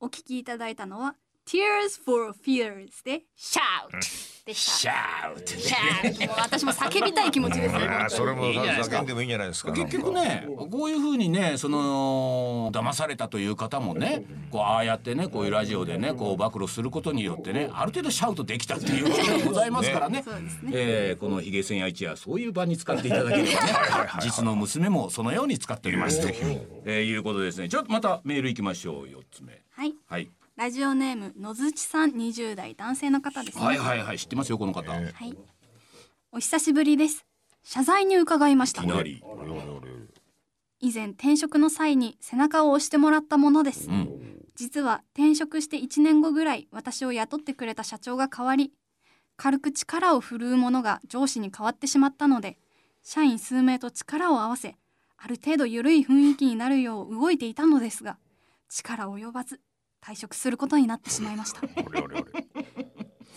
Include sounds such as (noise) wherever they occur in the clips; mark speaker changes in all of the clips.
Speaker 1: お聞きいただいたのは Tears for Fears で Shout でし
Speaker 2: シ
Speaker 1: た。
Speaker 2: ャウトね
Speaker 1: Shout もう私も叫びたい気持ちですよ。
Speaker 3: あーそれも
Speaker 2: いいじゃないですか
Speaker 3: 叫んでもいいんじゃないですか。
Speaker 2: 結局ねこういうふうにねその騙されたという方もねこうああやってねこういうラジオでねこう暴露することによってねある程度シャウトできたっていうことでございますからね
Speaker 1: そうですね。
Speaker 2: えーこのヒゲ千夜一夜そういう場に使っていただければね実の娘もそのように使っておりますと、えーいうことですねちょっとまたメールいきましょう4つ目
Speaker 1: はい。
Speaker 2: はい
Speaker 1: ラジオネーム野槌さん20代男性の方ですね。
Speaker 2: はいはいはい知ってますよこの方、
Speaker 1: はい。お久しぶりです。謝罪に伺いました
Speaker 2: いき。なり
Speaker 3: あれあれあれ
Speaker 1: 以前転職の際に背中を押してもらったものです。
Speaker 2: うん
Speaker 1: 実は転職して1年後ぐらい私を雇ってくれた社長が変わり軽く力を振るうものが上司に変わってしまったので社員数名と力を合わせある程度緩い雰囲気になるよう動いていたのですが力及ばず退職することになってしまいました
Speaker 3: あれあれあれ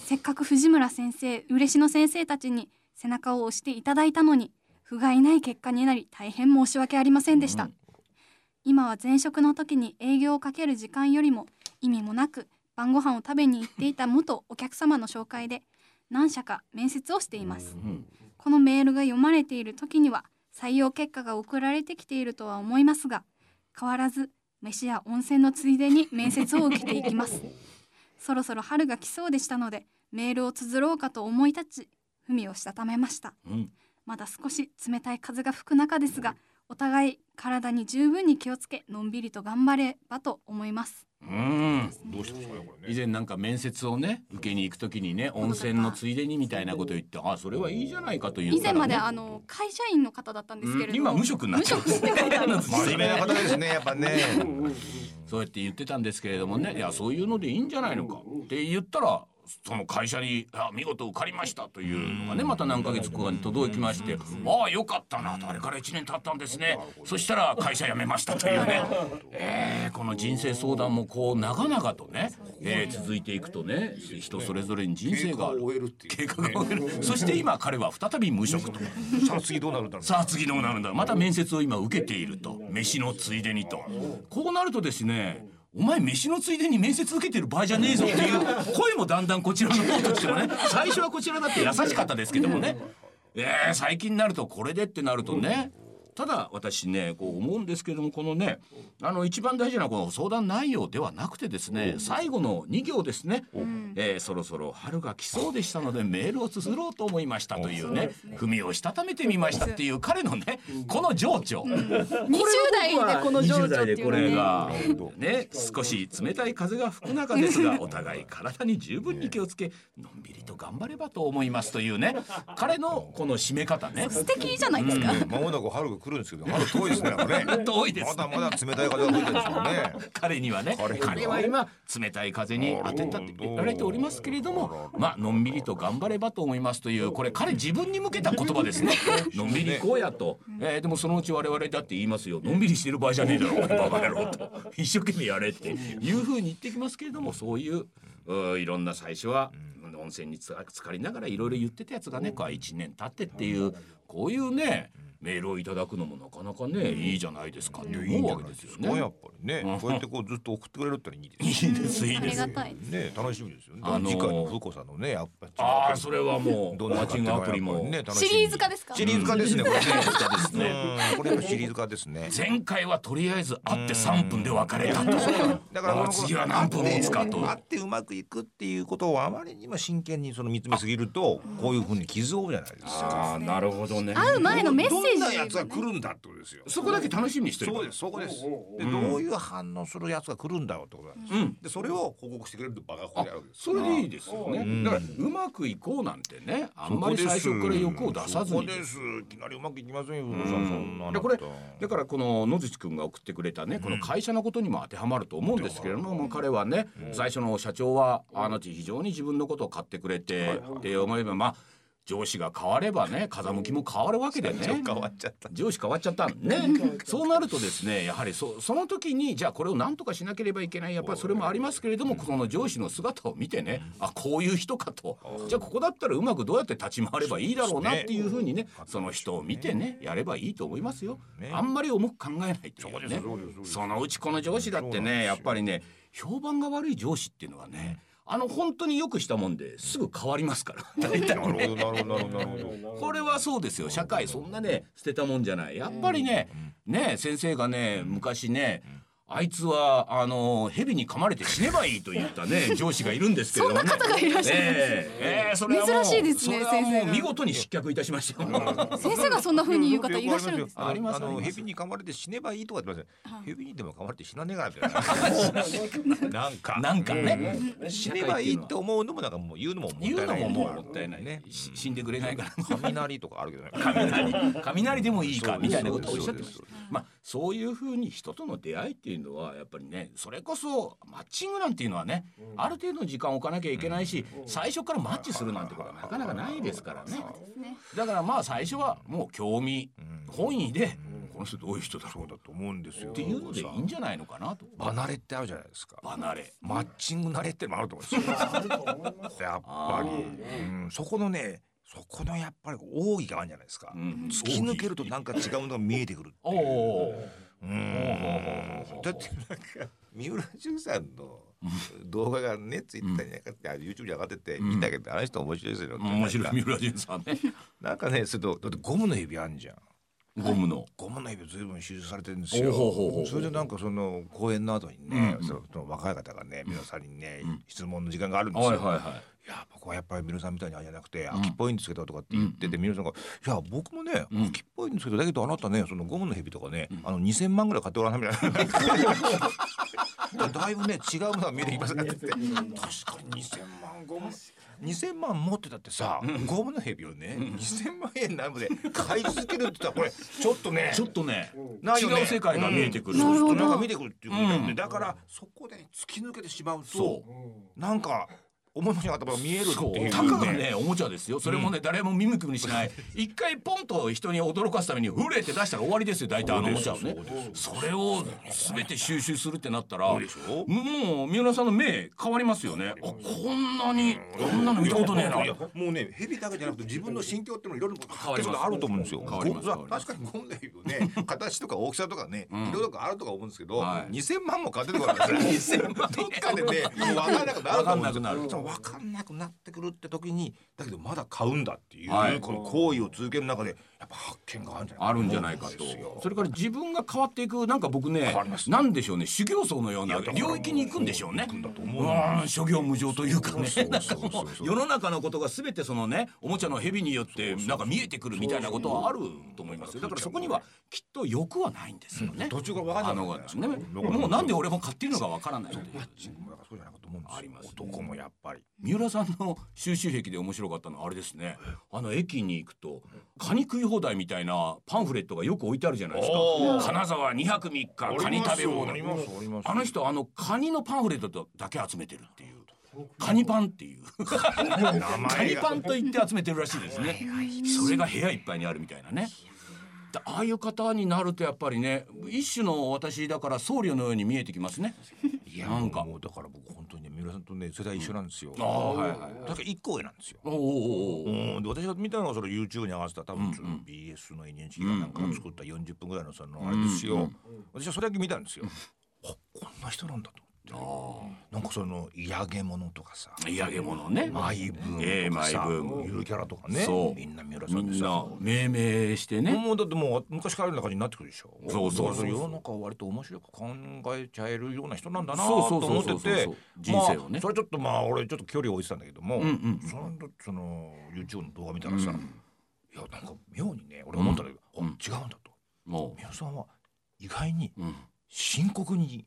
Speaker 1: せっかく藤村先生嬉野先生たちに背中を押していただいたのに不甲斐ない結果になり大変申し訳ありませんでした、
Speaker 2: うん
Speaker 1: 今は前職の時に営業をかける時間よりも意味もなく晩ご飯を食べに行っていた元お客様の紹介で何社か面接をしています、
Speaker 2: ん
Speaker 1: このメールが読まれている時には採用結果が送られてきているとは思いますが変わらず飯や温泉のついでに面接を受けていきますそろそろ春が来そうでしたのでメールを綴ろうかと思い立ち文をしたためました
Speaker 2: うん
Speaker 1: まだ少し冷たい風が吹く中ですがお互い体に十分に気をつけのんびりと頑張ればと思います
Speaker 2: うん
Speaker 3: どうしたんですかねこれ
Speaker 2: 以
Speaker 3: ね。
Speaker 2: 前なんか面接をね受けに行くときにね温泉のついでにみたいなこと言ってあそれはいいじゃないかという
Speaker 1: 以前まで
Speaker 2: あ
Speaker 1: あの会社員の方だったんですけれども
Speaker 2: 今無職になってます
Speaker 1: 無職っ
Speaker 2: (laughs)
Speaker 1: てことなんです
Speaker 3: 真面目な方ですねやっぱね。
Speaker 2: そうやって言ってたんですけれどもねいやそういうのでいいんじゃないのかって言ったらその会社にあ見事受かりましたというのがねまた何ヶ月後かに届きましてああよかったなとあれから1年経ったんですねそしたら会社辞めましたというね、
Speaker 1: (laughs)
Speaker 2: えーこの人生相談もこう長々とね、えー続いていくとね人それぞれに人生がある
Speaker 3: 終えるってい
Speaker 2: 計
Speaker 3: う。
Speaker 2: 画が終えるそして今彼は再び無職と。
Speaker 3: さあ次どうなるんだろう。
Speaker 2: さあ次どうなるんだまた面接を今受けていると飯のついでにとこうなるとですねお前飯のついでに面接受けてる場合じゃねえぞっていう声もだんだんこちらの方としてもね最初はこちらだって優しかったですけどもねえー、最近になるとこれでってなるとねただ私ねこう思うんですけどもこのねあの一番大事なこの相談内容ではなくてですね最後の2行ですね、えーそろそろ春が来そうでしたのでメールを綴ろうと思いましたというね文をしたためてみましたっていう彼のねこの情緒。
Speaker 1: 20代でこの情緒っていうのはね
Speaker 2: がね少し冷たい風が吹く中ですがお互い体に十分に気をつけのんびりと頑張ればと思いますというね彼のこの締め方ね
Speaker 1: 素敵じゃないですか、
Speaker 3: まもなく春が来るんですけど春遠いですねこれね。
Speaker 2: 遠いです
Speaker 3: まだまだ冷たい風が吹いてるんですもんね。
Speaker 2: (laughs) 彼にはね
Speaker 3: 彼は
Speaker 2: 彼は今冷たい風に当てたって言われておりますけれどもまあのんびりと頑張ればと思いますというこれ彼自分に向けた言葉です
Speaker 3: (laughs)
Speaker 2: ねのんびり行こうやと、えーでもそのうち我々だって言いますよのんびりしてる場合じゃねえだろ
Speaker 3: (laughs)
Speaker 2: お前バカ野郎と一生懸命やれっていうふうに言ってきますけれどもそういううんいろんな最初は温泉につか浸かりながらいろいろ言ってたやつがねこう1年経ってっていうこういうねメールをいただくのもなかなかねいいじゃないですかって
Speaker 3: いいん
Speaker 2: 思
Speaker 3: じ
Speaker 2: う
Speaker 3: ゃ
Speaker 2: わ
Speaker 3: な
Speaker 2: け
Speaker 3: い
Speaker 2: で
Speaker 3: ですす
Speaker 2: よ
Speaker 3: かや
Speaker 2: ね
Speaker 3: っ。ぱりね。こうやってこうずっと送ってくれるってのはいいです
Speaker 2: いいですいい
Speaker 1: あ
Speaker 2: で
Speaker 1: り
Speaker 2: す。
Speaker 1: がたいです
Speaker 3: ね。ね楽しみですよね。
Speaker 2: あのー
Speaker 3: 次回の風子さんのねやっぱり。
Speaker 2: ああそれはもう
Speaker 3: どん
Speaker 2: マ
Speaker 3: な
Speaker 2: ッチングアプリも、
Speaker 3: ね楽しみ
Speaker 1: シリーズ化ですか
Speaker 3: シリーズ化ですねこれね。
Speaker 2: ですね
Speaker 3: うんこれやっぱシリーズ化ですね。
Speaker 2: 前回はとりあえず会って3分で別れたともう次は何分持つかと
Speaker 3: あってうまくいくっていうことをあまりにも真剣にその見つめすぎるとこういうふうに傷を負うじゃないですか。
Speaker 2: ああなるほどね
Speaker 1: 会う前のメッセージ
Speaker 3: どんなやつが来るんだってことですよ。
Speaker 2: そこだけ楽しみにしてる
Speaker 3: そうですそこです。でどういう反応するやつが来るんだろうってことなんですよ。
Speaker 2: うん
Speaker 3: でそれを報告してくれるとバカ
Speaker 2: あ
Speaker 3: こであるわけです
Speaker 2: そ
Speaker 3: から。
Speaker 2: れでいいですよねだからうまくいこうなんてねあんまり
Speaker 3: そこ
Speaker 2: 最
Speaker 3: です
Speaker 2: 初から欲を出さず
Speaker 3: そこ
Speaker 2: に
Speaker 3: です。いきなりうまくいきませんよ。不動産そんなの
Speaker 2: でこれだからこの野槌君が送ってくれたねこの会社のことにも当てはまると思うんですけれども、まあ彼はね、最初の社長はあの非常に自分のことを買ってくれて、で思えばまあ上司が変わればね風向きも変わるわけでね。
Speaker 3: 変わっちゃった。
Speaker 2: 上司変わっちゃったね。そうなるとですね、やはりそその時にじゃあこれを何とかしなければいけないやっぱりそれもありますけれども、この上司の姿を見てね、あこういう人かと、じゃあここだったらうまくどうやって立ち回ればいいだろうなっていうふうにね、その人を見てねやればいいと思いますよ。あんまり重く考えないというね。そのうちこの上司だってねやっぱりね。評判が悪い上司っていうのはね、あの本当によくしたもんですぐ変わりますから (laughs) 大体
Speaker 3: なるほどなるほどなるほどなるほど
Speaker 2: これはそうですよ社会そんなね捨てたもんじゃないやっぱりねね先生がね昔ねあいつはあの蛇に噛まれて死ねばいいと言ったね上司がいるんですけれども、ね、
Speaker 1: そんな方がいらっしゃるんです
Speaker 2: ええええそれはもう
Speaker 1: 珍しいですね
Speaker 2: それは
Speaker 1: 先
Speaker 2: も
Speaker 1: 生
Speaker 2: う
Speaker 1: が
Speaker 2: 見事に失脚いたしましたよ
Speaker 1: 先生がそんな風に言う方いらっしゃるんです
Speaker 3: よ
Speaker 1: か
Speaker 2: あります
Speaker 3: あ
Speaker 2: あり
Speaker 3: の
Speaker 2: ます
Speaker 3: 蛇に噛まれて死ねばいいとかって言ってま
Speaker 2: (laughs)
Speaker 3: せ
Speaker 1: は
Speaker 3: ん。
Speaker 1: い
Speaker 3: 蛇にでも噛まれて死なねえかなみたいな。なんか
Speaker 2: なんかね
Speaker 3: 死ねばいいって思うのもなんかもう言うのもも
Speaker 2: 言
Speaker 3: った
Speaker 2: う
Speaker 3: いな
Speaker 2: の
Speaker 3: い。
Speaker 2: ももうもったいない
Speaker 3: ね
Speaker 2: ね。し死んでくれないから
Speaker 3: 雷とかあるけどね。
Speaker 2: 雷 (laughs) 雷でもいいか
Speaker 3: そうです
Speaker 2: みたいなことをおっしゃってまし
Speaker 3: そう
Speaker 2: た。まあそういうふうに人との出会いっていうのはやっぱりねそれこそマッチングなんていうのはねある程度の時間を置かなきゃいけないし最初からマッチするなんてことはなかなかないですからね
Speaker 1: ね
Speaker 2: だからまあ最初はもう興味本位でこの人どういう人だろ
Speaker 3: そうだと思うんです
Speaker 2: う
Speaker 3: よ。
Speaker 2: っていうのでいいんじゃないのかなと
Speaker 3: 離れってあるじゃないですか。
Speaker 2: 離れ
Speaker 3: マッチング慣れってのもあると思うんです
Speaker 2: (laughs)
Speaker 3: よ。やっぱり、うん、そこのね、そこのやっぱり奥義があるんじゃないですか。
Speaker 2: ん
Speaker 3: 突き抜けるとなんか違うのが見えてくるって
Speaker 2: お
Speaker 3: いう。
Speaker 2: お
Speaker 3: うんだってなんか三浦淳さんの動画がねツイッターに上がって、あ YouTube に上がってて
Speaker 2: ん
Speaker 3: 見たけど、あの人面白いですよね
Speaker 2: 面白い
Speaker 3: な
Speaker 2: 三
Speaker 3: んか
Speaker 2: 浦淳さんね
Speaker 3: なんかねそれとだってゴムの指あんじゃん
Speaker 2: ゴムの
Speaker 3: ゴムの指ずいぶん収集されてるんですよ
Speaker 2: ほうほうほうほう
Speaker 3: それでなんかその講演の後にね、
Speaker 2: うん
Speaker 3: そのその若い方がね皆さんにね、質問の時間があるんですよ、
Speaker 2: はいはいはい
Speaker 3: いや僕はやっぱり皆さんみたいにあれじゃなくて秋っぽいんですけどとかって言ってて皆さんが「いや僕もね
Speaker 2: ん
Speaker 3: 秋っぽいんですけどだけどあなたねそのゴムの蛇とかねあの2,000万ぐらい買ってごらんな」みたいな。 (laughs) だいぶね違うものが見えてきますねって言って確かに2,000万ゴム2,000万持ってたってさゴムの蛇をね2,000万円なので買い続けるって言ったらこれちょっとね
Speaker 2: ちょっとね
Speaker 3: ないよね
Speaker 2: 違う世界が見えてくる
Speaker 3: うんそうそ
Speaker 1: なるほ
Speaker 3: う
Speaker 1: ど
Speaker 3: なんか見てくるっていうことだよね
Speaker 2: うん
Speaker 3: だからそこで突き抜けてしまう
Speaker 2: そう
Speaker 3: となんか思いもしなかったものが見えるって
Speaker 2: そう
Speaker 3: いう
Speaker 2: たかがねおもちゃですよそれもね、誰も見向きもしない一回ポンと人に驚かすためにフレって出したら終わりですよ大体あのおもちゃをねそれを全て収集するってなったら
Speaker 3: うでしょ
Speaker 2: もう三浦さんの目変わりますよねあこんなにこんなの見たことねえな
Speaker 3: ややもうね蛇だけじゃなくて自分の心境っていうのもいろいろ変わ
Speaker 2: わります
Speaker 3: ることあると思うんですよ
Speaker 2: 変わります
Speaker 3: ゴムは確かにゴムの蛇もね (laughs) 形とか大きさとかね色とかあるとか思うんですけど、
Speaker 2: はい
Speaker 3: 2000万も買ってるから
Speaker 2: (laughs)
Speaker 3: 2000万どっかでねもう分かんなくなると思うんです
Speaker 2: 分かんなくなる
Speaker 3: よそう分かんなくなってくるって時にだけどまだ買うんだっていう、
Speaker 2: はい
Speaker 3: この行為を続ける中でやっぱ発見があるんじゃないかな
Speaker 2: あるんじゃないかと
Speaker 3: と思うんですよ
Speaker 2: それから自分が変わっていくなんか僕ね
Speaker 3: 変わります
Speaker 2: なんでしょうね修行僧のようない
Speaker 3: やだから
Speaker 2: 領域に行くんでしょうね
Speaker 3: 行くんだと思う
Speaker 2: うーん諸行無常というかね
Speaker 3: そう
Speaker 2: な
Speaker 3: そ
Speaker 2: ん
Speaker 3: う
Speaker 2: か
Speaker 3: そうそう
Speaker 2: もう (laughs) 世の中のことが全てそのねおもちゃの蛇によってなんか見えてくるみたいなことはあると思いますよだからそこにはきっと欲はないんですよね
Speaker 3: 途中から分かん
Speaker 2: あ
Speaker 3: なく
Speaker 2: の
Speaker 3: なる
Speaker 2: ねもうなんで俺も買ってるのかわからないという
Speaker 3: だからそうじゃないかと思うんですよ
Speaker 2: ありますね
Speaker 3: 男もやっぱり
Speaker 2: 三浦さんの収集癖で面白かったのはあれですねあの駅に行くとカニ食い放題みたいなパンフレットがよく置いてあるじゃないですか
Speaker 3: おー
Speaker 2: 金沢2泊3日カニ食べ放
Speaker 3: あ
Speaker 2: 題
Speaker 3: りますあります
Speaker 2: あの人あのカニのパンフレットだけ集めてるっていうカニパンって
Speaker 3: (laughs)
Speaker 2: いう
Speaker 3: 名
Speaker 2: カ
Speaker 3: 前
Speaker 2: ニ
Speaker 3: が
Speaker 2: パンと言って集めてるらしいですねそれが部屋いっぱいにあるみたいなねだああいう方になるとやっぱりね一種の私だから僧侶のように見えてきますね
Speaker 3: いや
Speaker 2: なんか
Speaker 3: もうだから僕本当にね三浦さんとね世代一緒なんですよ。
Speaker 2: ああはいはい
Speaker 3: だから一個上なんですよ。
Speaker 2: おーおーお
Speaker 3: う
Speaker 2: ー
Speaker 3: ん、で私が見たのがその YouTube に上がってた多分その BS の NHK がなんかが作った40分ぐらいのそのあれですよ、私はそれだけ見たんですよ、あこんな人なんだと思ってなんかその嫌げ者とかさ
Speaker 2: 嫌げ物ね
Speaker 3: マイブー
Speaker 2: ええ
Speaker 3: ムとかさ、
Speaker 2: マイブーム
Speaker 3: ゆるキャラとかね
Speaker 2: そう
Speaker 3: みんな三浦さ
Speaker 2: み
Speaker 3: んで
Speaker 2: ん
Speaker 3: さ
Speaker 2: な命名してね
Speaker 3: もうだってもう昔からあるような感じになってくるでしょ
Speaker 2: そうそうそう
Speaker 3: だから世の中を割と面白く考えちゃえるような人なんだな
Speaker 2: そう
Speaker 3: と
Speaker 2: そうそ
Speaker 3: 思
Speaker 2: う
Speaker 3: っ
Speaker 2: そう
Speaker 3: てて
Speaker 2: そう人生をね
Speaker 3: まあそれちょっとまあ俺ちょっと距離を置いてたんだけども、
Speaker 2: んうん
Speaker 3: そのその YouTube の動画見たらさ、いやなんか妙にね俺思ったんだけど、あ違うんだと
Speaker 2: も
Speaker 3: 宮本さんは意外に
Speaker 2: う、うん、
Speaker 3: 深刻に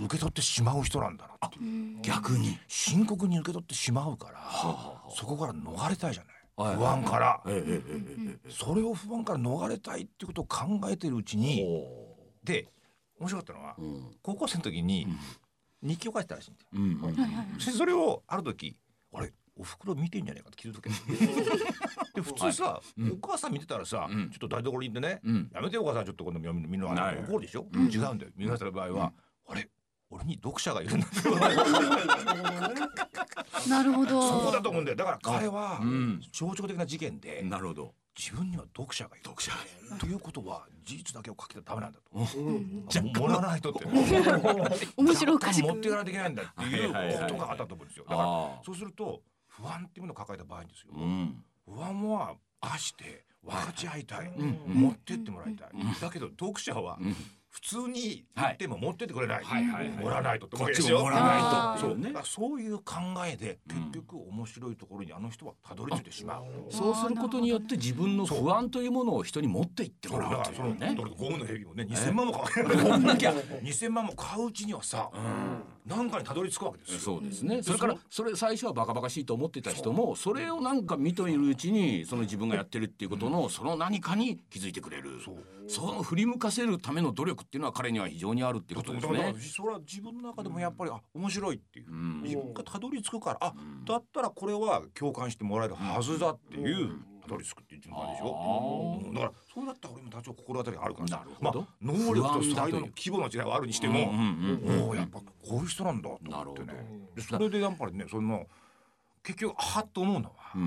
Speaker 3: 受け取ってしまう人なんだなって
Speaker 2: 逆に
Speaker 3: 深刻に受け取ってしまうから、そこから逃れたいじゃない、不安から、
Speaker 2: ええええ
Speaker 3: それを不安から逃れたいってことを考えてるうち
Speaker 2: ええ
Speaker 3: に、
Speaker 2: お
Speaker 3: で面白かったのは、
Speaker 2: ーうん
Speaker 3: 高校生の時に日記を書いてたらしいんだよ。
Speaker 2: うんうん
Speaker 3: そそれをある時あれお袋見てんじゃねえかって気づくわけで普通さ、お母さん見てたらさ、
Speaker 2: うん
Speaker 3: ちょっと台所に行ってね、
Speaker 2: うん
Speaker 3: やめてよお母さんちょっとこのみみんな
Speaker 2: ない
Speaker 3: 怒るでしょ、違うんだよ見られた場合は、あれ俺に読者がいるんだ
Speaker 1: なるほど
Speaker 3: そこだと思うんだよだから彼は、
Speaker 2: うん
Speaker 3: 象徴的な事件で
Speaker 2: なるほど
Speaker 3: 自分には読者がいる
Speaker 2: 読者
Speaker 3: ということは事実だけを書きたらダメなんだと
Speaker 4: うん
Speaker 3: じゃもらわないとって
Speaker 1: 面白おかしく
Speaker 3: 持っていかないといけないんだっていうことがあったと思うんですよだから
Speaker 2: ああ
Speaker 3: そうすると不安っていうものを抱えた場合にですよ
Speaker 2: うん
Speaker 3: 不安はあして分かち合いたい
Speaker 2: うん
Speaker 3: 持ってってもらいたい
Speaker 2: うん
Speaker 3: だけど読者は
Speaker 2: うん
Speaker 3: 普通に言っても持ってってくれない
Speaker 2: はいはいはい
Speaker 3: もらわないとって
Speaker 2: こ
Speaker 3: わ
Speaker 2: っ
Speaker 3: けで
Speaker 2: ち
Speaker 3: す
Speaker 2: も
Speaker 3: よ
Speaker 2: もらわ
Speaker 1: あー
Speaker 2: ない
Speaker 3: そ
Speaker 2: と
Speaker 3: うだからそういう考えで結局面白いところにあの人はたどり着いてしまう。
Speaker 2: そうすることによって自分の不安というものを人に持っていって
Speaker 3: そ
Speaker 2: も
Speaker 3: う
Speaker 2: ら
Speaker 3: だ
Speaker 2: う
Speaker 3: から
Speaker 2: とい
Speaker 3: その
Speaker 2: う
Speaker 3: だから
Speaker 2: ね。
Speaker 3: ゴムのヘビもね2000万も買う
Speaker 2: こんな
Speaker 3: (laughs)
Speaker 2: きゃ
Speaker 3: 2000万も買ううちにはさなんかにたどり着くわけですよ。
Speaker 2: そうですね。それからそれ最初はバカバカしいと思ってた人もそれをなんか見といるうちにその自分がやってるっていうことのその何かに気づいてくれる。その振り向かせるための努力っていうのは彼には非常にあるっていうことです
Speaker 3: だ
Speaker 2: ね
Speaker 3: から。それは自分の中でもやっぱりあ面白いっていううん自分がたどり着くからあだったらこれは共感してもらえるはずだっていうたどり着くっていう順番でしょ
Speaker 2: あー
Speaker 3: うんだからそうだったら俺も多少心当たりがあるからさ
Speaker 2: なるほど
Speaker 3: まあ能力と
Speaker 2: 不安だ
Speaker 3: 才
Speaker 2: という
Speaker 3: 能の規模の違いはあるにして
Speaker 2: うん
Speaker 3: も
Speaker 2: うん
Speaker 3: おおやっぱこういう人なんだと思って
Speaker 2: なる
Speaker 3: ねでそれでやっぱりねその結局はっと思うのは
Speaker 2: うん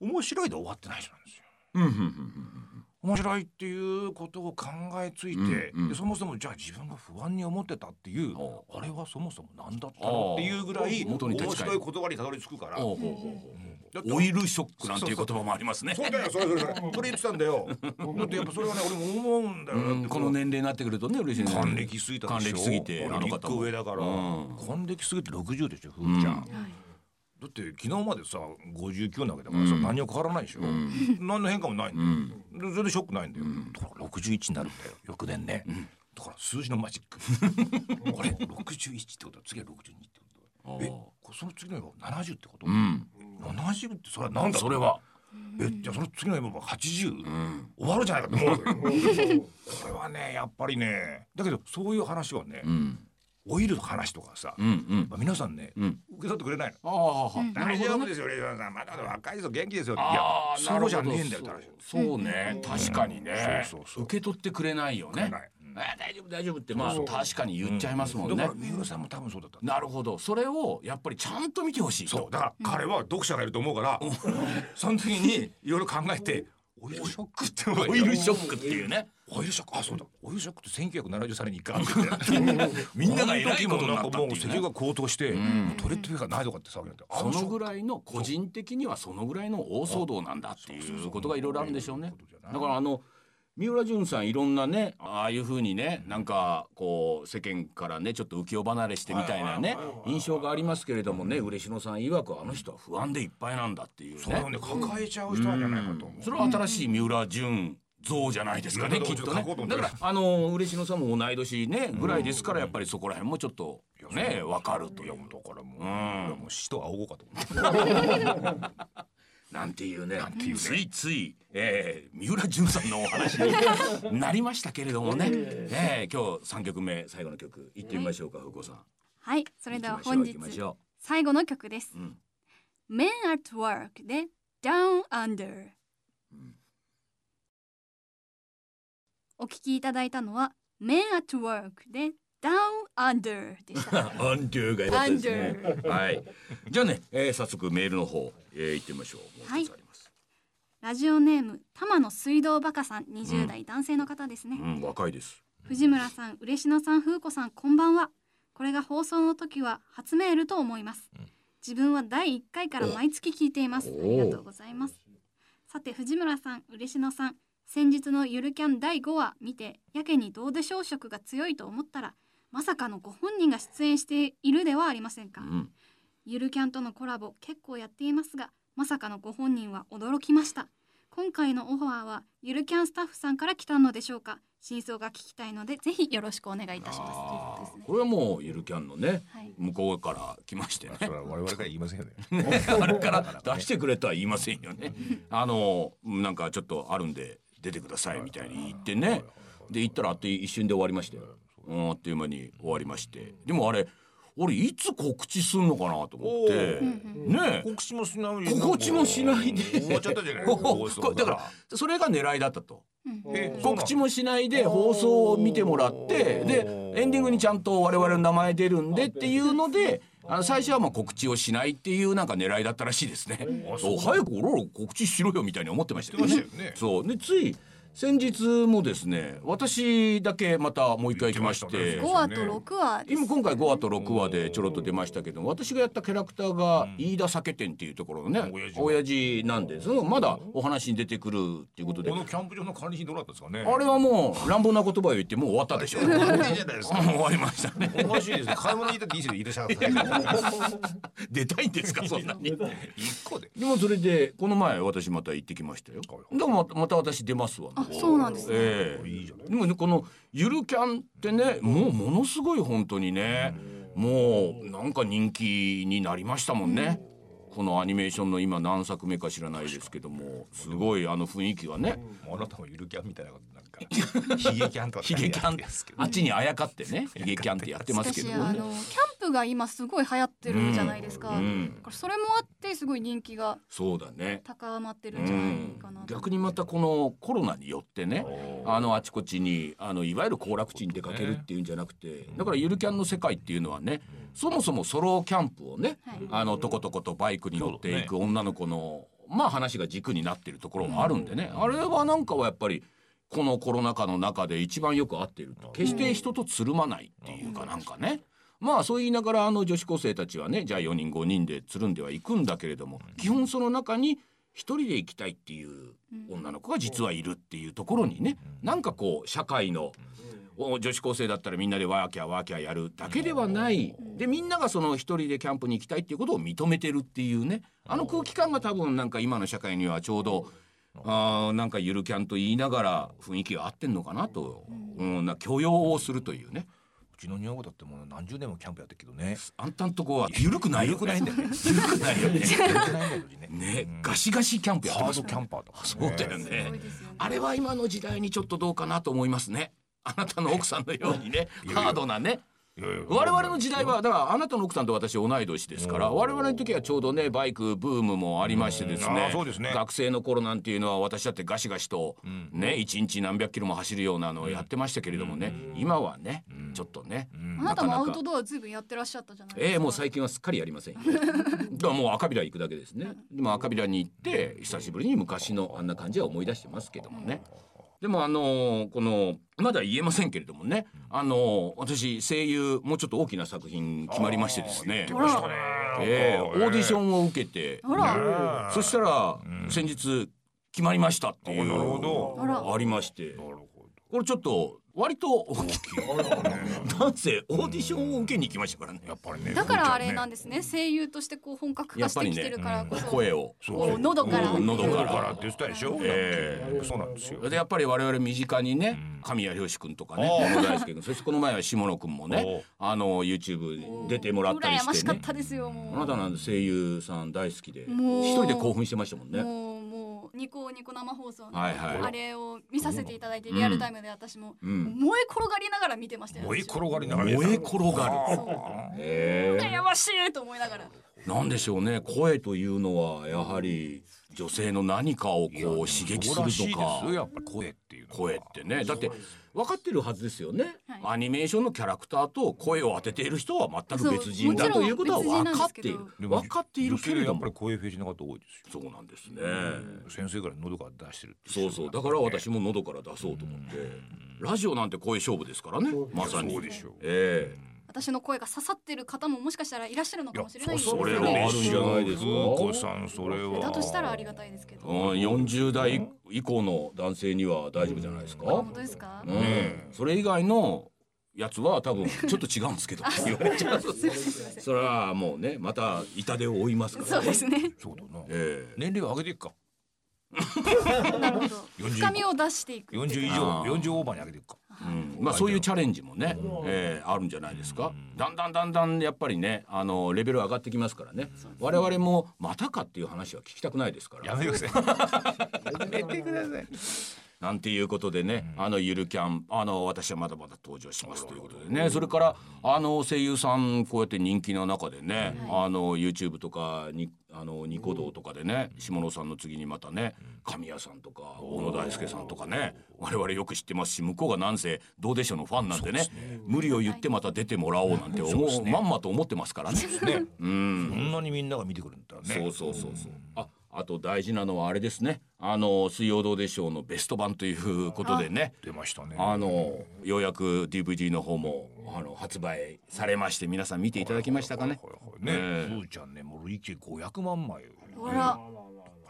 Speaker 2: うん
Speaker 3: 面白いで終わってない人なんですよ
Speaker 2: うんうんうん
Speaker 3: 面白いっていうことを考えついて、
Speaker 2: うんうん
Speaker 3: でそもそもじゃあ自分が不安に思ってたっていう
Speaker 2: おう
Speaker 3: あれはそもそも何だったのっていうぐらい
Speaker 2: おう元に
Speaker 3: 面
Speaker 2: 立ち返る
Speaker 3: 白い言葉にたどり着くから
Speaker 2: おうおう
Speaker 3: だっ
Speaker 2: おう
Speaker 3: て
Speaker 2: オイルショックなんていう言葉もありますね。
Speaker 3: そうだよそれそれそれそれ言ってたん
Speaker 2: (laughs)
Speaker 3: だよだってやっぱそれはね俺も思うんだよ、だっ
Speaker 2: う
Speaker 3: て
Speaker 2: んこの年齢になってくるとね嬉しいね
Speaker 3: 還暦過ぎたでしょ
Speaker 2: 還暦過ぎてあの
Speaker 3: 俺
Speaker 2: 方
Speaker 3: 1
Speaker 2: も
Speaker 3: 個上だから、
Speaker 2: うん
Speaker 3: 還暦過ぎて60でしょふーちゃん、
Speaker 2: うん
Speaker 1: はい
Speaker 3: だって昨日までさ59なわけだからさ、
Speaker 2: うん
Speaker 3: 何も変わらないでしょ、
Speaker 2: ん
Speaker 3: 何の変化もないんだよ
Speaker 2: うん
Speaker 3: でそれでショックないんだよ、
Speaker 2: ん
Speaker 3: だから61になるんだよ翌年ね、だから数字のマジッ
Speaker 2: (laughs)
Speaker 3: クあれ61ってことは次は62ってことえ
Speaker 2: あ
Speaker 3: こその次の夢は70ってこと、
Speaker 2: うん
Speaker 3: 70ってそれは何だ
Speaker 2: それは
Speaker 3: えじゃあその次の夢は80、
Speaker 2: うん
Speaker 3: 終わるじゃないかと思うわけよこれはねやっぱりねだけどそういう話はね、
Speaker 2: うん
Speaker 3: オイルの話とかさ、
Speaker 2: うんうん
Speaker 3: まあ、皆さんね、
Speaker 2: うん
Speaker 3: 受け取ってくれないの
Speaker 2: ああ
Speaker 1: うん
Speaker 2: なる
Speaker 3: 大
Speaker 2: ほ
Speaker 3: 丈
Speaker 2: ど
Speaker 3: 夫
Speaker 2: ね
Speaker 3: ですよレイさんまだまだ若いぞ元気ですよい
Speaker 2: あ
Speaker 3: や
Speaker 2: あなる
Speaker 3: そう
Speaker 2: ほ
Speaker 3: じ
Speaker 2: ど
Speaker 3: ゃねえんだよって話
Speaker 2: そうそうね確かにね
Speaker 3: そうそうそう
Speaker 2: 受け取ってくれないよね
Speaker 3: れないうん
Speaker 2: あ大丈夫大丈夫ってまあ確かに言っちゃいますもん
Speaker 3: だ
Speaker 2: ね
Speaker 3: から三浦さんも多分そうだった
Speaker 2: なるほどそれをやっぱりちゃんと見てほしい
Speaker 3: そうだから彼は読者がいると思うから、その時にいろいろ考えてオイルショックって
Speaker 2: オイルショックっていうね
Speaker 3: オイルショックあそうだオイルショックって1973年にガン (laughs) ってみんなが偉いことになったっていう、ね、石油が高騰して、もうトイレットペーパーないとかって騒ぎになって
Speaker 2: そのぐ
Speaker 3: い
Speaker 2: らいの個人的にはそのぐらいの大騒動なんだっていうことがいろいろあるんでしょうね
Speaker 3: そうそうそう。
Speaker 2: だからあの三浦淳さんいろんなねああいうふうにねなんかこう世間からねちょっと浮世離れしてみたいなね印象がありますけれどもね嬉野さん曰くあの人は不安でいっぱいなんだっていう
Speaker 3: それを
Speaker 2: ね
Speaker 3: ね抱えちゃう人なんじゃないかと思う、
Speaker 2: それは新しい三浦淳像じゃないですかね
Speaker 3: うん
Speaker 2: きっと
Speaker 3: ちょっと書こうと
Speaker 2: ね
Speaker 3: 思
Speaker 2: だ
Speaker 3: って
Speaker 2: からあの嬉野さんも同い年ねぐらいですからやっぱりそこら辺もちょっとね分かると
Speaker 3: い
Speaker 2: い
Speaker 3: や
Speaker 2: う
Speaker 3: もうだからもう,、
Speaker 2: ん
Speaker 3: もう死と仰ごうかと思って
Speaker 2: なんていうね、ついつい、えー、三浦淳さんのお話 (laughs) になりましたけれどもね、えー、今日三曲目最後の曲いってみましょうか、福子さん。
Speaker 1: はいそれでは本
Speaker 2: 行
Speaker 1: 日
Speaker 2: きましょ
Speaker 1: 最後の曲です
Speaker 2: う。行きましょううん、
Speaker 1: Men at Work で Down Under お聞きいただいたのは Men at Work で Down Under でした
Speaker 2: (laughs) アンドゥが良かったですね。はい。じゃあね、えー、早速メールの方、えー、行ってみましょう。もう一つあります。
Speaker 1: ラジオネーム玉野水道バカさん20代男性の方ですね、
Speaker 2: うん、若いです。
Speaker 1: 藤村さん嬉野さん風子さんこんばんはこれが放送の時は初メールと思います、自分は第1回から毎月聞いています
Speaker 2: お
Speaker 1: ありがとうございますさて藤村さん嬉野さん先日のゆるキャン第5話見てやけにどうでしょう色が強いと思ったらまさかのご本人が出演しているではありません
Speaker 2: う
Speaker 1: か、
Speaker 2: ん、
Speaker 1: ゆるキャンとのコラボ結構やっていますがまさかのご本人は驚きました今回のオファーはゆるキャンスタッフさんから来たのでしょうか真相が聞きたいのでぜひよろしくお願いいたしますということですね
Speaker 2: これはもうゆるキャンのね、
Speaker 1: はい
Speaker 2: 向こうから来ましてね。
Speaker 3: (laughs) それは我々から言いませんよね
Speaker 2: (laughs) あれから出してくれとは言いませんよね。あのなんかちょっとあるんで出てくださいみたいに言ってね。で行ったらあっと一瞬で終わりましたよ。うんあっという間に終わりまして。でもあれ俺いつ告知すんのかなと思ってねえ。
Speaker 3: 告知もしない
Speaker 2: 告知もしないで
Speaker 3: 終わっちゃったじゃ (laughs) な
Speaker 2: (laughs)
Speaker 3: い
Speaker 2: こうだからそれが狙いだったと
Speaker 3: え
Speaker 2: 告知もしないで放送を見てもらってでエンディングにちゃんと我々の名前出るんでっていうのであの最初はもう告知をしないっていうなんか狙いだったらしいですね。そう早く俺ら告知しろよみたいに思ってましたよ
Speaker 3: 言
Speaker 2: ね
Speaker 3: ってましたよね。
Speaker 2: そうねつい先日もですね私だけまたもう一回行きまし
Speaker 3: 言って
Speaker 2: て
Speaker 3: ま
Speaker 1: 5。話と6話です
Speaker 2: 今今回5話と6話でちょろっと出ましたけど私がやったキャラクターが飯田酒店っていうところのね、
Speaker 3: 親父
Speaker 2: 親父なんでそのまだお話に出てくるっていうことで
Speaker 3: このキャンプ場の管理費どうだったんですかね。
Speaker 2: あれはもう乱暴な言葉を言ってもう終わったでしょ終
Speaker 3: いいじゃないです (laughs) か。
Speaker 2: わりましたね
Speaker 3: おかしいですね。買い物行ったっていいですよ。いらっしゃいま (laughs)
Speaker 2: (laughs) 出たいんで
Speaker 1: (laughs)
Speaker 2: すかそんなに
Speaker 3: せ。一個で。
Speaker 2: でもそれでこの前私また行ってきましたよでもまたまた私出ますわ
Speaker 1: あそうなんですね
Speaker 2: ええでもねこのゆるキャンってねもうものすごい本当にねもうなんか人気になりましたもんねこのアニメーションの今何作目か知らないですけどもすごいあの雰囲気がね
Speaker 3: あなたもゆるキャンみたいなこと (laughs) なんか。ヒゲキャンとか。
Speaker 2: ヒゲキャン
Speaker 3: ですけど
Speaker 2: あ。っちにあやかってねヒゲキャンってやってますけ
Speaker 1: 私
Speaker 2: ど
Speaker 1: あのキャンプが今すごい流行ってるじゃないですか、
Speaker 2: うんうん
Speaker 1: だからそれもあってすごい人気が
Speaker 2: そうだね
Speaker 1: 高まってるんじゃないかなと、
Speaker 2: 逆にまたこのコロナによってねあのあちこちにあのいわゆる行楽地に出かけるっていうんじゃなくてだからゆるキャンの世界っていうのはねそもそもソロキャンプをね
Speaker 1: はい
Speaker 2: あのとことことバイクに乗っていく
Speaker 3: そ
Speaker 2: 女の子のまあ話が軸になってるところもあるんでねあれはなんかはやっぱりこのコロナ禍の中で一番よく合っていると決して人とつるまないっていうかなんかねまあそう言いながらあの女子高生たちはねじゃあ4人5人でつるんではいくんだけれども基本その中に一人で行きたいっていう女の子が実はいるっていうところにねなんかこう社会のお女子高生だったらみんなでワーキャーワーキャーやるだけではないでみんながその一人でキャンプに行きたいっていうことを認めてるっていうねあの空気感が多分なんか今の社会にはちょうどあーなんかゆるキャンと言いながら雰囲気が合ってんのかなと、うん、な許容をするというね
Speaker 3: うちの女房だってもう何十年もキャンプやってるけどね。
Speaker 2: あんたんとこはゆるくないよ、ね、
Speaker 3: 緩くないんだよね
Speaker 2: ゆるくないよね
Speaker 3: やってないんだけど (laughs) ね。
Speaker 2: ねガシガシキャンプやって
Speaker 3: ハ
Speaker 2: ま
Speaker 3: ー
Speaker 2: す
Speaker 3: ド
Speaker 2: もん
Speaker 3: キャンパーとか。
Speaker 2: そうだよ
Speaker 1: す
Speaker 2: ね
Speaker 1: ごいですよね
Speaker 2: あれは今の時代にちょっとどうかなと思いますねあなたの奥さんのようにねハードなね
Speaker 3: いやいや
Speaker 2: 我々の時代はだからあなたの奥さんと私同い年ですから我々の時はちょうどねバイクブームもありましてです
Speaker 3: うんあ
Speaker 2: ね
Speaker 3: ーそうですね
Speaker 2: 学生の頃なんていうのは私だってガシガシとね一日何百キロも走るようなのをやってましたけれどもね今はねちょっとね
Speaker 1: あなたもアウ
Speaker 2: なか
Speaker 1: トドアずいぶんやってらっしゃったじゃないですか
Speaker 2: ええもう最近はすっかりやり
Speaker 1: (laughs)
Speaker 2: ませんよ。だからもう赤平行くだけですね。でも赤平に行って久しぶりに昔のあんな感じは思い出してますけどもね。でもあのーこのまだ言えませんけれどもね、あのー私声優もうちょっと大きな作品決まりましてですね。
Speaker 1: あら
Speaker 2: ええオーディショ
Speaker 3: ン。
Speaker 2: ンを受けて、
Speaker 1: あら
Speaker 2: そしたら先日決まりましたっていう
Speaker 3: なるほど。
Speaker 1: あら
Speaker 2: ありまして、
Speaker 3: なるほ
Speaker 2: これちょっと割と大きい。なんせオーディションを受けに行きましたからね。
Speaker 3: ど。やっぱりね。
Speaker 1: だからあれなん
Speaker 3: で
Speaker 1: ですね声優としてこう本格化してきてるからこそ、
Speaker 2: 声を。
Speaker 1: こう喉から
Speaker 2: うん喉
Speaker 3: 喉
Speaker 2: か
Speaker 3: かららって言ってたでしょ。
Speaker 2: ええ
Speaker 3: そうなんですよ。
Speaker 2: でやっぱり我々身近にね、神谷博史君とかね、
Speaker 3: ああ
Speaker 2: 小野大輔君、そしてこの前は下野君もね、あの YouTube に出てもらったり
Speaker 1: 羨まし
Speaker 2: し
Speaker 1: てかっ
Speaker 2: ね。
Speaker 1: たですよもう
Speaker 2: あなたなんて声優さん大好きで、
Speaker 1: もう
Speaker 2: 一人で興奮してましたもんね。
Speaker 1: もうもうニコニコ生放送の、
Speaker 2: はいはい
Speaker 1: あれを見させていただいてリアルタイムで私も、
Speaker 2: ん
Speaker 1: 燃え転がりながら見てましたよ。
Speaker 3: 燃え
Speaker 1: 私は
Speaker 3: 転がりながら。
Speaker 2: 燃え転がる。え
Speaker 1: 羨ましいと思いながら。
Speaker 2: えなんでしょうね、声というのはやはり女性の何かをこう刺激す
Speaker 3: そうらしい
Speaker 2: る
Speaker 3: で
Speaker 2: とか
Speaker 3: す。よやっぱり声っていうのは
Speaker 2: 声ってねだって分かってるはずですよね、
Speaker 1: はい
Speaker 2: アニメーションのキャラクターと声を当てている人は全く別人
Speaker 1: そ
Speaker 2: だ
Speaker 1: う
Speaker 2: ということは
Speaker 1: もちろん別人な
Speaker 2: 分
Speaker 1: ん
Speaker 2: か
Speaker 1: で
Speaker 2: っ
Speaker 1: すけ
Speaker 2: てい
Speaker 1: ど
Speaker 2: る分かっているけれど
Speaker 3: 女性はやっぱ
Speaker 2: も
Speaker 3: り声フェチな方多いですよ
Speaker 2: そうなんですね、
Speaker 3: 先生から喉から出してるって
Speaker 2: そうそうだから私も喉から出そうと思って、ラジオなんて声勝負ですからねまさに
Speaker 3: そうでしょう
Speaker 2: ええ
Speaker 1: 私の声が刺さってる方ももしかしたらいらっしゃるのかもしれ
Speaker 3: い
Speaker 1: な
Speaker 3: や
Speaker 1: いです
Speaker 3: そ
Speaker 1: よ
Speaker 2: う
Speaker 3: れ
Speaker 2: そ
Speaker 3: は
Speaker 2: れ
Speaker 1: ね
Speaker 2: はあるんじゃないですか
Speaker 3: 風子さんそれは
Speaker 1: だとしたらありがたいですけど。
Speaker 2: うん、40代以降の男性には大丈夫じゃないですか、
Speaker 1: 本当ですか
Speaker 2: う。ん、それ以外のやつは
Speaker 1: (laughs)
Speaker 2: 多分ちょっと違うんですけどって言われちゃうそれはもうねまた痛手を負いますから
Speaker 1: そうですね。
Speaker 3: そうだな
Speaker 2: ええ
Speaker 3: 年齢を上げていくか
Speaker 1: なるほど。
Speaker 3: 40
Speaker 1: 深みを出していく。
Speaker 3: 40以
Speaker 2: あ
Speaker 3: 上
Speaker 2: ー
Speaker 3: 40オーバーに上げていくか
Speaker 2: うんまあそういうチャレンジもね、えーあるんじゃないですか。だんだんだんだんやっぱりね、あのレベル上がってきますからね。我々もまたかっていう話は聞きたくないですから。 (laughs)
Speaker 3: やめてくださいやめてください
Speaker 2: なんていうことでね、あのゆるキャンあの私はまだまだ登場しますということでね、それからあの声優さんこうやって人気の中でね、あの YouTube とかにあのニコ動とかでね、下野さんの次にまたね神谷さんとか小野大輔さんとかね我々よく知ってますし向こうがなんせどうでしょうのファンなんでね無理を言ってまた出てもらおうなんて思うまんまと思ってます (laughs) からね。
Speaker 3: ね、
Speaker 2: うん
Speaker 3: そんなにみんなが見てくるんだね。
Speaker 2: そうそうそうそう。あ、あと大事なのはあれですね。あの水曜どうでしょうのベスト版ということでね。
Speaker 3: 出ましたね。
Speaker 2: あのようやく DVD の方もあの発売されまして皆さん見ていただきましたかね
Speaker 3: ほ。らほら
Speaker 2: ええ
Speaker 3: ね、すーちゃんね、もう累計500万枚を
Speaker 1: あら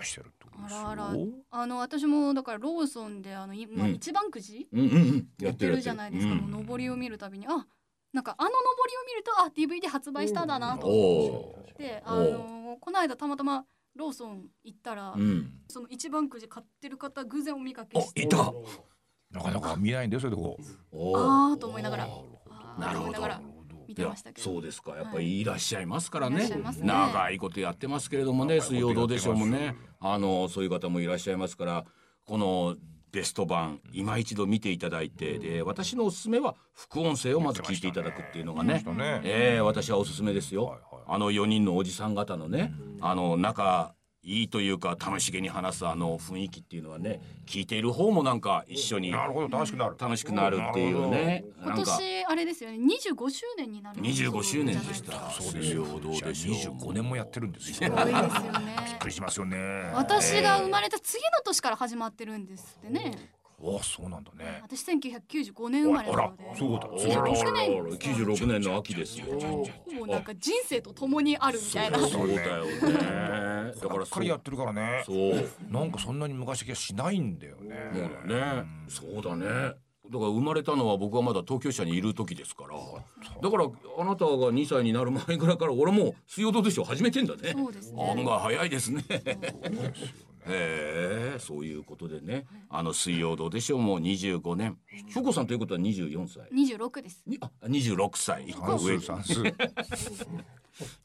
Speaker 3: 出してるってこと
Speaker 1: あ
Speaker 3: です
Speaker 1: らあら
Speaker 3: よ。
Speaker 1: あの私もだからローソンであの、いまあ
Speaker 2: うん
Speaker 1: 一番くじ
Speaker 2: うんうんうん。
Speaker 1: やってるじゃないですか、
Speaker 2: うん
Speaker 1: もう上りを見るたびにあなんかあの上りを見るとあ DVD 発売しただなと
Speaker 2: お
Speaker 1: 思
Speaker 2: お
Speaker 1: って、で
Speaker 2: お
Speaker 1: あのこの間たまたまローソン行ったら、
Speaker 2: ー。うん。
Speaker 1: その一番くじ買ってる方偶然お見かけ
Speaker 2: お
Speaker 1: し、て
Speaker 2: いた。
Speaker 3: なかなか見ないんだよ、そういうとこ。
Speaker 2: お
Speaker 1: ああと思いながらあー
Speaker 2: なるほ
Speaker 1: と思
Speaker 2: ど
Speaker 1: いながら見てましたけ
Speaker 2: いや
Speaker 1: ど
Speaker 2: そうですかやっぱりいらっしゃいますからね,、
Speaker 1: はいいらっしゃいますね
Speaker 2: 長いことやってますけれどもね「
Speaker 3: 長いこと
Speaker 2: 水曜どうでしょう」も
Speaker 3: やっ
Speaker 2: ね
Speaker 3: て
Speaker 2: あのそういう方もいらっしゃいますからこのベスト版今一度見ていただいてで私のおすすめは副音声をまず聞いていただくっていうのがね
Speaker 3: だね
Speaker 2: ええ私はおすすめですよ、
Speaker 3: はいはい
Speaker 2: あの4人のおじさん方のね、あの仲いいというか楽しげに話すあの雰囲気っていうのはね聞いている方もなんか一緒に
Speaker 3: なるほど、楽しくなる。
Speaker 2: 楽しくなるっていうねな
Speaker 1: 今
Speaker 2: んか
Speaker 1: 年あれですよね25周年になる
Speaker 2: 25周年でし
Speaker 1: じゃ
Speaker 2: た。
Speaker 3: そうですよ。
Speaker 2: どうでしょう。
Speaker 3: 25年もやってるんですよ。
Speaker 1: ないですか多い
Speaker 2: (laughs)
Speaker 1: です
Speaker 3: びっく
Speaker 1: よね
Speaker 3: りしますよね。
Speaker 1: 私が生まれた次の年から始まってるんですってね
Speaker 3: お、そうなんだね。
Speaker 1: 私1995年生まれなので
Speaker 3: あらそういうこと
Speaker 2: お
Speaker 3: だ
Speaker 2: ら
Speaker 1: 次
Speaker 2: おら
Speaker 1: の
Speaker 2: お
Speaker 1: 6
Speaker 2: らお
Speaker 1: 年
Speaker 2: ら96年の秋ですよ。
Speaker 1: ほぼなんか人生と共にあるみたいな
Speaker 2: そうだよね。だから
Speaker 3: しっか
Speaker 2: そう
Speaker 3: りやってるからね。
Speaker 2: そう
Speaker 3: なんかそんなに昔気がしないんだよ
Speaker 2: そう
Speaker 3: ね。
Speaker 2: だね。そうだね。だから生まれたのは僕はまだ東京社にいる時ですから。だからあなたが2歳になる前ぐらいから俺も水曜どうでしょう始めてんだね。
Speaker 1: そうですね
Speaker 2: 案外早いですね。へえ、そういうことでね、あの水曜どうでしょうもう25年。翔子さんということは24歳。
Speaker 1: 26です
Speaker 2: にあ26歳一個
Speaker 3: 算
Speaker 2: 上
Speaker 3: 数算数。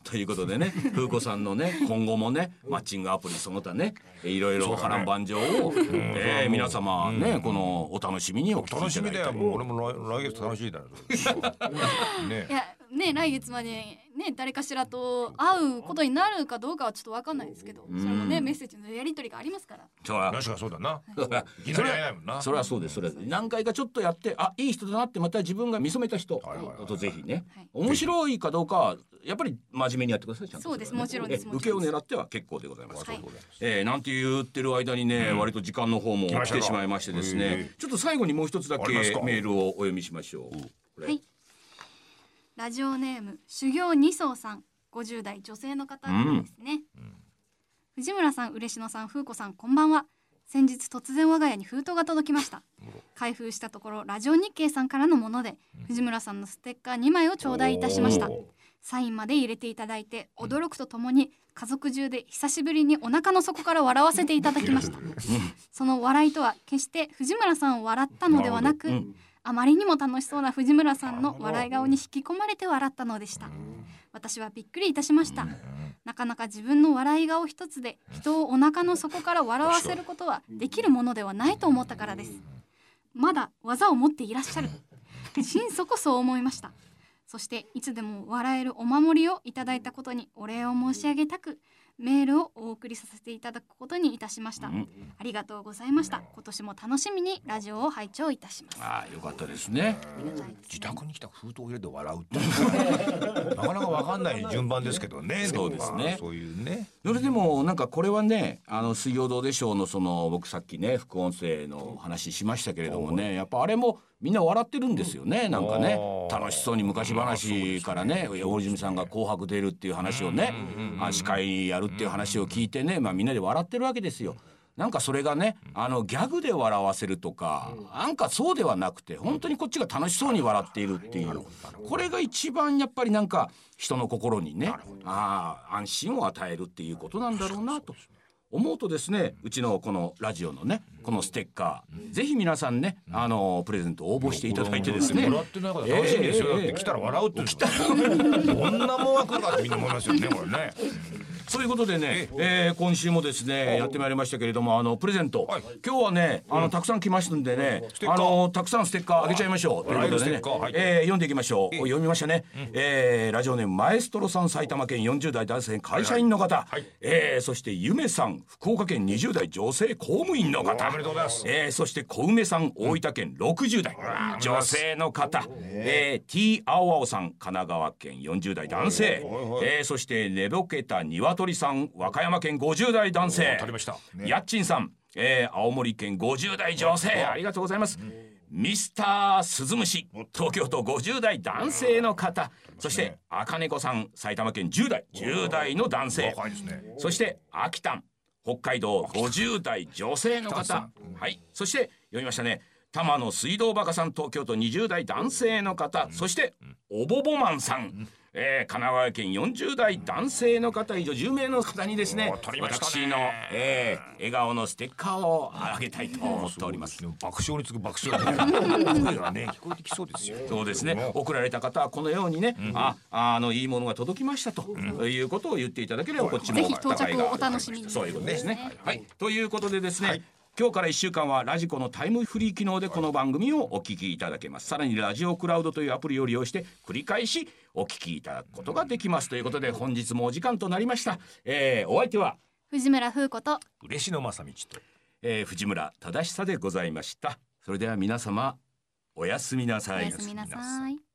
Speaker 2: ということでね風子さんのね今後もねマッチングアプリその他ねいろいろ波乱万丈を、えー皆様ね、このお楽しみにお聞
Speaker 3: 楽
Speaker 2: き
Speaker 3: し
Speaker 2: いた
Speaker 3: み
Speaker 2: だ
Speaker 3: だ
Speaker 2: (laughs) いたり
Speaker 3: よ。もう俺も来来月楽しいだよ。 (laughs) ね
Speaker 1: い。やね来月までね誰かしらと会うことになるかどうかはちょっとわかんないですけどそれもねメッセージのやり取りがありますから
Speaker 2: それは
Speaker 3: 確かそうだな。
Speaker 2: そ
Speaker 3: (laughs)
Speaker 2: れはい
Speaker 3: きなり会えないもんな
Speaker 2: それはそうですそれは何回かちょっとやってあいい人だなってまた自分が見初めた人
Speaker 3: はいはいはい
Speaker 2: とぜひね
Speaker 1: はい
Speaker 2: 面白いかどうかはやっぱり真面目にやってくださいちゃんと
Speaker 1: そうですもちろんです
Speaker 2: え
Speaker 1: も
Speaker 2: 受
Speaker 1: ち
Speaker 2: け
Speaker 1: ろん
Speaker 2: を
Speaker 1: です
Speaker 2: 狙っては結構でございます
Speaker 1: はい
Speaker 2: えー、なんて言ってる間にね、割と時間の方も来てしまいましてです
Speaker 3: 来ま
Speaker 2: ね
Speaker 3: し
Speaker 2: ちょっと最後にもう一つだけ
Speaker 3: ありますか
Speaker 2: メールをお読みしましょう、これ
Speaker 1: はいラジオネーム修行二層さん50代女性の方からですね、藤村さん嬉野さん風子さんこんばんは先日突然我が家に封筒が届きました開封したところラジオ日経さんからのもので、藤村さんのステッカー2枚を頂戴いたしましたサインまで入れていただいて驚くとともに家族中で久しぶりにお腹の底から笑わせていただきましたその笑いとは決して藤村さんを笑ったのではなくあまりにも楽しそうな藤村さんの笑い顔に引き込まれて笑ったのでした私はびっくりいたしましたなかなか自分の笑い顔一つで人をお腹の底から笑わせることはできるものではないと思ったからですまだ技を持っていらっしゃる心底そう思いましたそしていつでも笑えるお守りをいただいたことにお礼を申し上げたくメールをお送りさせていただくことにいたしました、ありがとうございました今年も楽しみにラジオを拝聴いたします
Speaker 2: ああよかったですね
Speaker 3: 自宅に来た封筒を入れて笑う
Speaker 2: (laughs)
Speaker 3: って。なかなかわかんない順番ですけどね。
Speaker 2: そうですね
Speaker 3: まあそういうね。
Speaker 2: それでもなんかこれはね「あの水曜どうでしょう」のその僕さっきね副音声の話しましたけれどもねやっぱあれもみんな笑ってるんですよねなんかね
Speaker 3: あー
Speaker 2: 楽しそうに昔話からね大泉さんが「紅白」出るっていう話をねあ司会やるっていう話を聞いてねまあみんなで笑ってるわけですよ。なんかそれがねあのギャグで笑わせるとかなんかそうではなくて本当にこっちが楽しそうに笑っているっていうこれが一番やっぱりなんか人の心にねああ安心を与えるっていうことなんだろうなと思うとですねうちのこのラジオのねこのステッカーぜひ皆さんねあのプレゼント応募していただいてですね
Speaker 3: もらってないから楽しみですよ。だって来たら笑うって。来た。どんなもんが来るかってみんな思いますよね。これね。
Speaker 2: そういうことでね、えー今週もですねやってまいりましたけれどもあのプレゼント、
Speaker 3: はい
Speaker 2: 今日はねあのたくさん来ましたんでね、
Speaker 3: テッカ
Speaker 2: あ
Speaker 3: ー
Speaker 2: のたくさんステッカーあげちゃいましょうということで
Speaker 3: ライブ
Speaker 2: ね
Speaker 3: ステッカーはい、
Speaker 2: えー読んでいきましょう、読みましたね、えーラジオネームマエストロさん埼玉県40代男性会社員の方、えーそしてゆめさん福岡県20代女性公務員の方
Speaker 3: おめでとうございます
Speaker 2: えーそして小梅さん大分県60代、女性の方、えー、T 青青さん神奈川県40代男性、えーそして寝ぼけた鶏さん和歌山県50代男性
Speaker 3: 取りましたね
Speaker 2: やっちんさん、えー青森県50代女性ありがとうございます。ミスタースズムシ東京都50代男性の方そして赤猫さん埼玉県10代10代の男性
Speaker 3: 若いですね。
Speaker 2: そして秋田北海道50代女性の
Speaker 3: 秋田
Speaker 2: 方
Speaker 3: さ、
Speaker 2: はいそして読みましたね玉野水道バカさん東京都20代男性の方、そしておぼぼマンさん、えー神奈川県40代男性の方以上10名の方にですね
Speaker 3: おー取りました
Speaker 2: 私
Speaker 3: ね
Speaker 2: の、えー笑顔のステッカーをあげたいと思っております。
Speaker 3: でも爆笑に次ぐ爆笑。
Speaker 2: (laughs)
Speaker 3: 声がね聞こえてきそうですよ。
Speaker 2: そうですね。送られた方はこのようにね、あ、あのいいものが届きましたと、いうことを言っていただければこっちも
Speaker 1: ぜひ到着をお楽しみに
Speaker 2: そういうことですね。はい。ということでですね。今日から1週間はラジコのタイムフリー機能でこの番組をお聞きいただけます。さらにラジオクラウドというアプリを利用して繰り返しお聞きいただくことができます。ということで本日もお時間となりました。えーお相手は、
Speaker 1: 藤村風子と
Speaker 3: 嬉野正道と。
Speaker 2: えー藤村忠久でございました。それでは皆様おやすみな
Speaker 1: お
Speaker 2: さい。
Speaker 1: やすみなさい